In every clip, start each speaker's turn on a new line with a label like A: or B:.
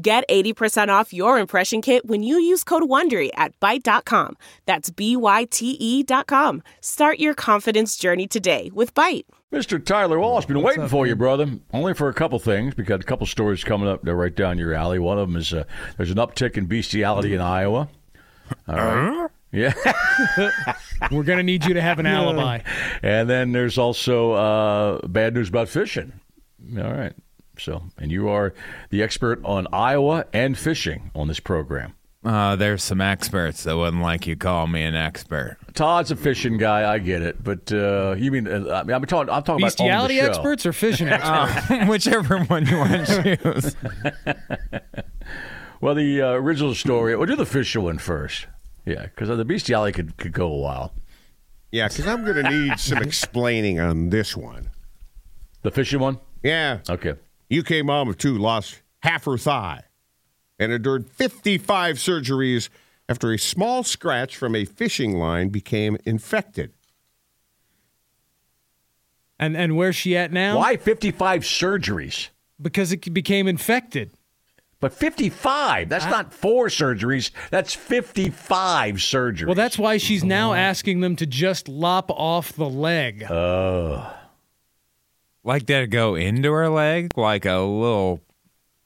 A: Get 80% off your impression kit when you use code WONDERY at Byte.com. That's B-Y-T-E E dot com. Start your confidence journey today with Byte.
B: Mr. Tyler Wallace, been waiting for you, brother. Only for a couple things, because a couple stories coming up that are right down your alley. One of them is uh, there's an uptick in bestiality in Iowa. All right. Yeah.
C: We're going to need you to have an alibi.
B: And then there's also uh, bad news about fishing. All right. So, and you are the expert on Iowa and fishing on this program.
D: Uh, there's some experts that wouldn't like you call me an expert.
B: Todd's a fishing guy, I get it, but uh, you mean uh, I mean, I'm talking. I'm talking
C: Bestiality
B: about on the show.
C: experts or fishing experts?
D: Whichever one you want to choose.
B: Well, the uh, original story. We'll do the fishing one first. Yeah, because the bestiality could could go a while.
E: Yeah, because I'm going to need some explaining on this one.
B: The fishing one.
E: Yeah.
B: Okay.
E: UK mom of two lost half her thigh and endured 55 surgeries after a small scratch from a fishing line became infected.
C: and and where's she at now?
B: Why 55 surgeries?
C: Because it became infected.
B: But 55. That's not four surgeries. That's 55 surgeries.
C: Well, that's why she's now asking them to just lop off the leg.
D: Like, did it go into her leg? Like a little.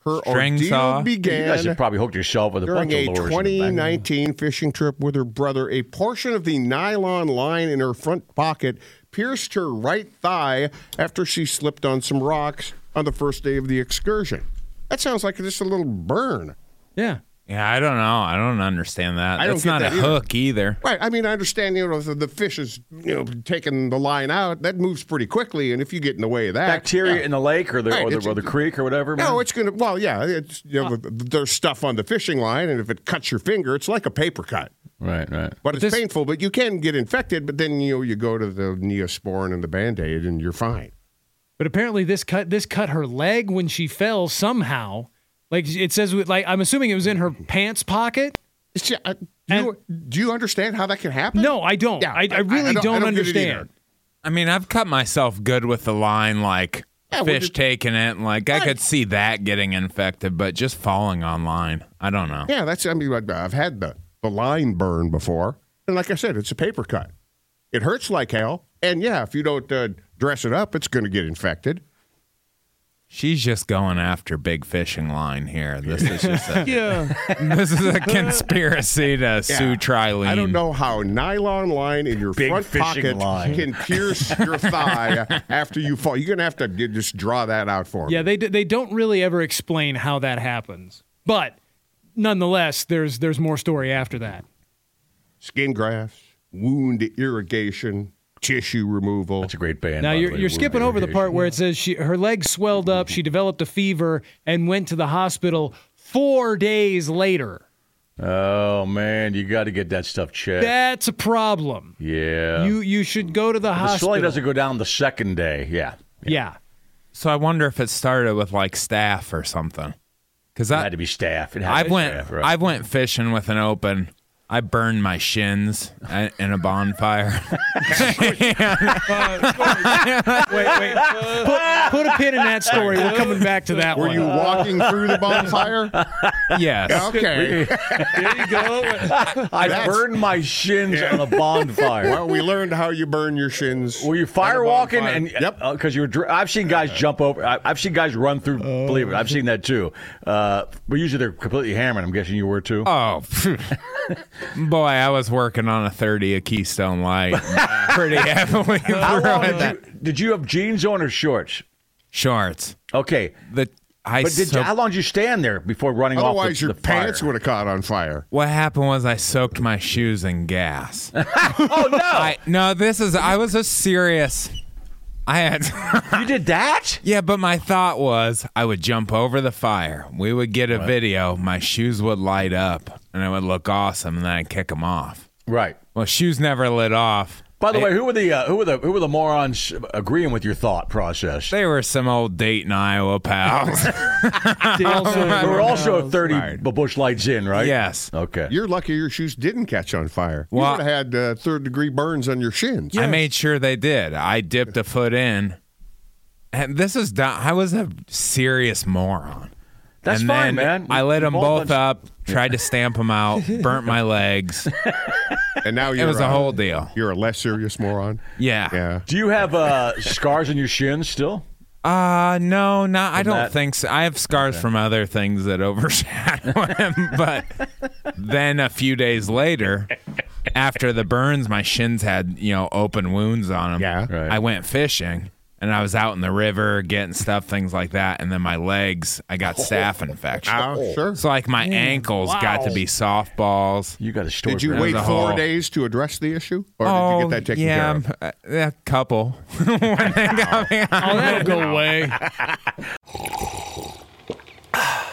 E: Her
D: String
E: ordeal
B: uh,
D: saw.
B: you guys
E: began
B: have probably hooked yourself with a
E: during
B: bunch
E: a
B: of lures. in the back.
E: 2019 fishing trip with her brother. A portion of the nylon line in her front pocket pierced her right thigh after she slipped on some rocks on the first day of the excursion. That sounds like just a little burn.
C: Yeah.
D: Yeah, I don't know. I don't understand that.
E: I don't
D: That's
E: get
D: not
E: that
D: a
E: either.
D: hook either.
E: Right. I mean, I understand, you know, the, the fish is, you know, taking the line out. That moves pretty quickly. And if you get in the way of that.
B: Bacteria in the lake or the,
E: Right,
B: or,
E: it's-
B: the, or the creek or whatever? man?
E: No, it's going to, well, yeah, it's, you know, there's stuff on the fishing line. And if it cuts your finger, it's like a paper cut.
B: Right, right.
E: But, it's painful, but you can get infected. But then, you know, you go to the neosporin and the band aid and you're fine.
C: But apparently this cut this cut her leg when she fell somehow. Like it says with- like I'm assuming it was in her pants pocket.
E: It's ju- uh, do, you, do you understand how that can happen?
C: No, I don't.
E: Yeah,
C: I, I
E: I-
C: really
E: I don't- I
C: don't,
E: don't get it either.
C: understand.
D: I mean, I've cut myself good with the line, like
E: well,
D: fish
E: just-
D: taking it. Like, I could see that getting infected, but just falling on line, I don't know.
E: Yeah, that's, I mean, I've- I've had the, the line burn before. And like I said, it's a paper cut. It hurts like hell. And yeah, if you don't uh, dress it up, it's going to get infected.
D: She's just going after big fishing line here. This is just a,
C: Yeah.
D: this is a conspiracy to sue Trilene.
E: I don't know how nylon line in your
B: Big
E: front
B: fishing
E: pocket
B: line.
E: can pierce your thigh after you fall. You're going to have to get- just draw that out for me.
C: Yeah, they d- they don't really ever explain how that happens. But nonetheless, there's there's more story after that.
E: Skin grafts, wound irrigation, tissue removal.
B: That's a great band.
C: Now
B: by the
C: you're
B: way,
C: you're
B: Wound
C: skipping over the
B: Irrigation.
C: part where it says she her leg swelled up, she developed a fever and went to the hospital 4 days later.
B: Oh man, you got to get that stuff checked.
C: That's a problem.
B: yeah.
C: You you should go to the
B: the
C: hospital.
B: swelling doesn't go down the second day. Yeah.
C: yeah.
D: So I wonder if it started with like staff or something. Because
B: It had
D: I
B: to be staff. It had
D: I
B: to be
D: went
B: Staff, right?
D: I went fishing with an open. I burned my shins a- in a bonfire.
C: Wait, wait. Put, put a pin in that story. We're coming back to that
E: Were
C: one.
E: you walking through the bonfire?
D: yes.
E: Okay.
B: I
E: That's-
B: burned my shins on a bonfire.
E: well, we learned how you burn your shins.
B: Were you firewalking?
E: bonfire.
B: And
E: Yep.
B: because you were. Dr- I've seen guys jump over. I, I've seen guys run through. believe it, I've seen that too. Uh, but usually they're completely hammered. I'm guessing you were too.
D: Oh, phew. boy, I was working on a 30 of Keystone Light pretty heavily.
B: How
D: through
B: long
D: it.
B: did you, did you have jeans on or shorts?
D: Shorts.
B: Okay.
D: The I
B: But did you,
D: soaked-
B: how long did you stand there before running off?
E: Otherwise,
B: the-
E: your
B: the fire?
E: pants would have caught on fire.
D: What happened was I soaked my shoes in gas. oh no! I, no, this is I was a serious I had.
B: You did that?
D: Yeah, but my thought was I would jump over the fire. We would get a video. My shoes would light up and it would look awesome. And then I'd kick them off.
B: Right.
D: Well, shoes never lit off.
B: By the way, who were the uh, who were the who were the morons agreeing with your thought process?
D: They were some old Dayton, Iowa pals.
B: There were also thirty
D: Right.
B: bu- bush lights in, right?
D: yes.
B: Okay.
E: You're lucky your shoes didn't catch on fire. You
D: Well-
E: would have had uh, third degree burns on your shins.
D: I made sure they did. I dipped a foot in. And this is, do- I was a serious moron.
B: That's
D: and
B: fine,
D: then
B: man.
D: I lit them
B: We've all
D: both
B: done-
D: up, tried to stamp them out, burnt my legs.
E: And now
D: It
E: you're
D: was a
E: uh,
D: whole deal.
E: You're a less serious moron.
D: Yeah.
E: Yeah.
B: Do you have uh, scars on your shins still?
D: Uh no, not I don't
B: that-
D: think so. I have scars from other things that overshadow him, but then a few days later, after the burns, my shins had you know open wounds on them.
E: Yeah.
B: Right.
D: I went fishing and I was out in the river getting stuff, things like that, and then my legs, I got staph infection.
E: Oh, sure.
D: So like my ankles got to be softballs.
B: You got a story.
E: Did you
B: for that.
E: wait
D: There's a
E: four
D: hole.
E: days to address the issue, or did you get that taken
D: Oh, yeah,
E: care of?
D: I'm- uh, a couple. When they got me out.
C: Oh, that'll go away.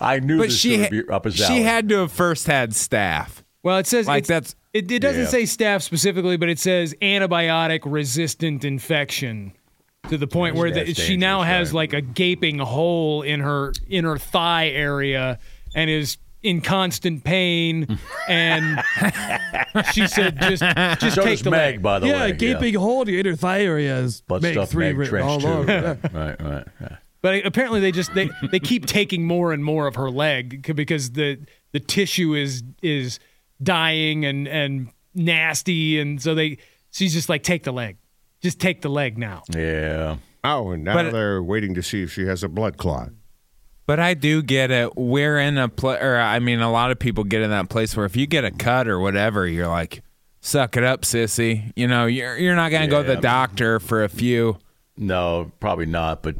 B: I knew
D: but
B: this
D: she
B: would
D: ha-
B: be up his
D: she
B: alley.
D: had to have first had staff.
C: Well, it says
D: Like
C: it's-
D: that's-
C: it, it doesn't
B: Yeah.
C: say staph specifically, but it says antibiotic resistant infection to the point where the,
B: that's
C: she now
B: dangerous,
C: has like a gaping hole in her inner thigh area and is in constant pain and she said just just
B: So
C: take
B: does
C: the
B: Meg,
C: leg.
B: by the
F: yeah,
B: way.
F: gaping hole in the inner thigh area is
B: Butt
F: make
B: stuff
F: three
B: Meg
F: written
B: Trench,
F: all
B: too.
F: over.
B: Right, right, right. yeah.
C: But apparently they just they, they keep taking more and more of her leg c- because the the tissue is is dying and and nasty and so they she's just like take the leg. Just take the leg now.
B: Yeah.
E: Oh, and now
D: But-
E: they're waiting to see if she has a blood clot.
D: But I do get it. We're in a place, or I mean, a lot of people get in that place where if you get a cut or whatever, you're like, "Suck it up, sissy." You know, you're you're not gonna go to the doctor for a few.
B: No, probably not. But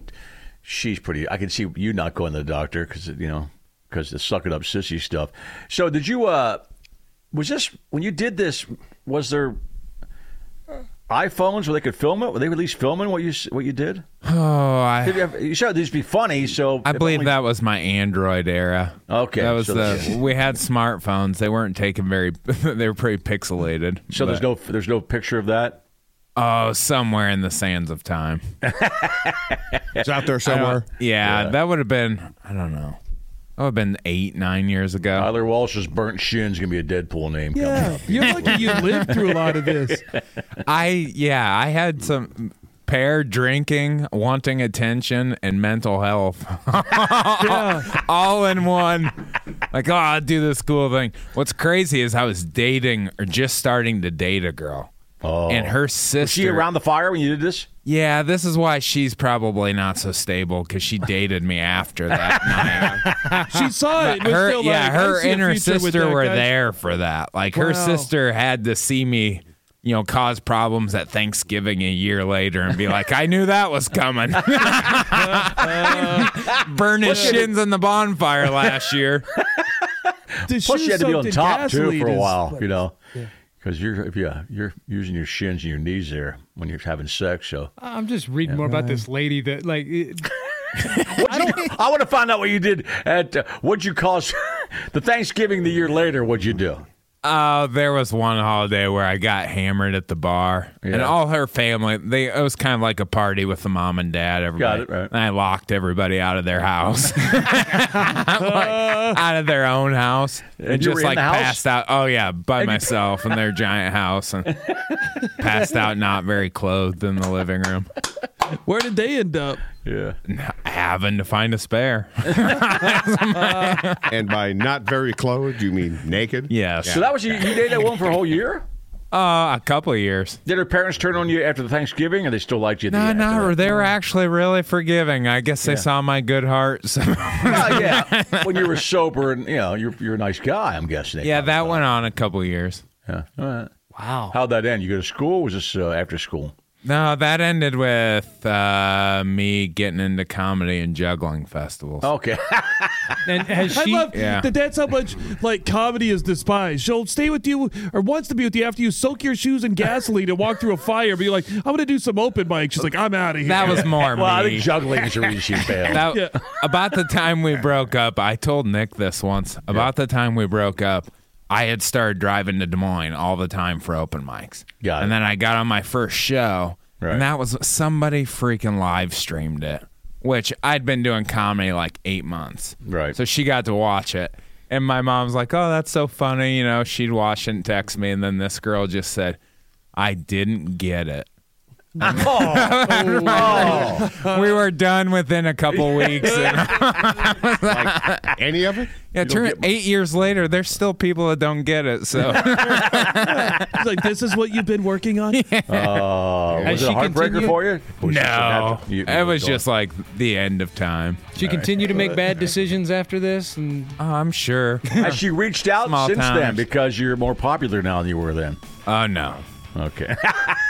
B: she's pretty. I can see you not going to the doctor because you know because the sucking up sissy stuff. So did you? uh Was this when you did this? Was there iPhones where they could film it? Were they at least filming what you s- what you did?
D: Oh,
B: Did
D: I
B: you, have, you said these be funny. So
D: I
B: if
D: believe
B: only- Oh,
D: that was my Android era.
B: Okay,
D: that was
B: so that's-
D: the we had smartphones. They weren't taken very. they were pretty pixelated.
B: So there's no there's no picture of that.
D: Oh, somewhere in the sands of time.
E: It's out there somewhere.
D: Yeah, that would have been. I don't know. That would have been eight, nine years ago.
B: Tyler Walsh's burnt shin's gonna be a Deadpool name.
F: Yeah, Oh, you're lucky you lived through a lot of this.
D: I yeah, I had some pair drinking, wanting attention, and mental health, all in one. Like, oh, I'll do this cool thing. What's crazy is I was dating or just starting to date a girl,
B: Oh.
D: and her
B: Was
D: sister.
B: she around the fire when you did this?
D: Yeah, this is why she's probably not so stable because she dated me after that night
F: She saw it. But
D: her,
F: still
D: yeah,
F: like, I
D: her
F: see a
D: and her
F: future with
D: sister
F: that
D: were
F: guy.
D: there for that. Like
F: Wow.
D: her sister had to see me, you know, cause problems at Thanksgiving a year later and be like, "I knew that was coming." Burning shins on the bonfire last year.
F: To
B: Plus,
F: shoot
B: you had to be on
F: something
B: top too
F: gasoline
B: for a
F: is-
B: while, you know, because you're yeah you're using your shins and your knees there when you're having sex. So
C: I'm just reading more about this lady that like it-
B: I want to find out what you did at uh, what you cause the Thanksgiving the year later. What'd you do?
D: Uh, there was one holiday where I got hammered at the bar, and
B: Yeah.
D: all her family. They it was kind of like a party with the mom and dad. Everybody,
B: it, right.
D: and I locked everybody out of their house, I'm like, out of their own house, and,
B: you were
D: just
B: in
D: like
B: the house?
D: passed out. Oh yeah, by myself in their giant house, and passed out, not very clothed in the living room,
F: Where did they end up?
B: Yeah.
D: having to find a spare.
E: and by not very clothed, you mean naked?
D: yes,
B: So that was you, you dated that woman for a whole year.
D: uh, a couple of years.
B: Did her parents turn on you after the Thanksgiving, or they still liked you? at the
D: No,
B: end?
D: no, they were actually really forgiving. I guess they saw my good heart. So.
B: Well, yeah. When you were sober, and you know, you're you're a nice guy. I'm guessing. they
D: Yeah,
B: probably
D: that
B: thought.
D: went on a couple of years.
B: Yeah. All right.
C: Wow.
B: How'd that end? You go to school? Was this uh, after school?
D: No, that ended with uh, me getting into comedy and juggling festivals.
B: Okay.
C: And has
F: I
C: she?
F: love
D: Yeah.
F: that. That's how much like comedy is despised. She'll stay with you or wants to be with you after you soak your shoes in gasoline and walk through a fire. Be like, I'm gonna do some open mic. She's like, I'm out of here.
D: That was more
B: well, I
D: me.
B: think juggling is the reason she failed.
D: That-
F: Yeah.
D: About the time we broke up, I told Nick this once. About the time we broke up, I had started driving to Des Moines all the time for open mics.
B: Got it.
D: and then I got on my first show,
B: Right.
D: and that was somebody freaking live streamed it, which I'd been doing comedy like eight months.
B: Right.
D: So she got to watch it. And my mom's like, oh, that's so funny. You know, she'd watch it and text me. And then this girl just said, I didn't get it. We were done within a couple weeks. And
E: Any of it?
D: Yeah, turn eight years later, there's still people that don't get it. So
F: She's like, this is what you've been working on.
B: Uh, was it a
C: she
B: heartbreaker
C: continued?
B: for you? Was it
D: no,
B: after- you-
D: it
B: you
D: was
B: going-
D: just like the end of time.
C: she continue to make bad decisions after this, and
D: Oh, I'm sure.
B: Has she reached out
D: Small
B: since then
D: times.
B: because you're more popular now than you were then?
D: Oh no,
B: Okay.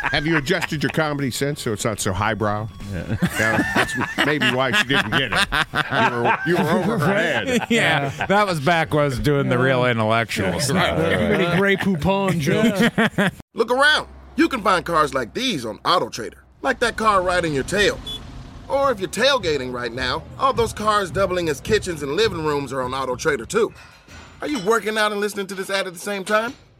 E: Have you adjusted your comedy sense so it's not so highbrow? Yeah, that's maybe why she didn't get it. You were, you were over her head.
D: yeah, that was back when I was doing the real intellectual stuff.
C: too many gray poupon jokes.
G: Look around. You can find cars like these on AutoTrader, like that car riding your tail. Or if you're tailgating right now, all those cars doubling as kitchens and living rooms are on AutoTrader too. Are you working out and listening to this ad at the same time?